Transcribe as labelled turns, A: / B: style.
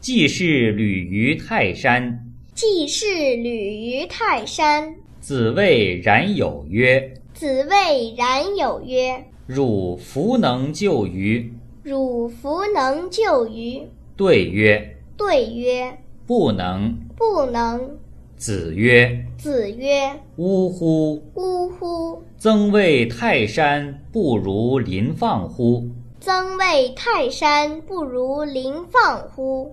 A: 既是旅于泰山，
B: 既是旅于泰山，
A: 子谓冉有曰
B: 子谓冉有曰：“
A: 汝弗能救于？”
B: 汝弗能救于？”
A: 对曰
B: 对曰：“
A: 不能。
B: 不能。”
A: 子曰”
B: 子曰：“：“
A: 呜呼！
B: 呜呼！
A: 曾谓泰山不如林放乎？
B: 曾谓泰山不如林放乎？”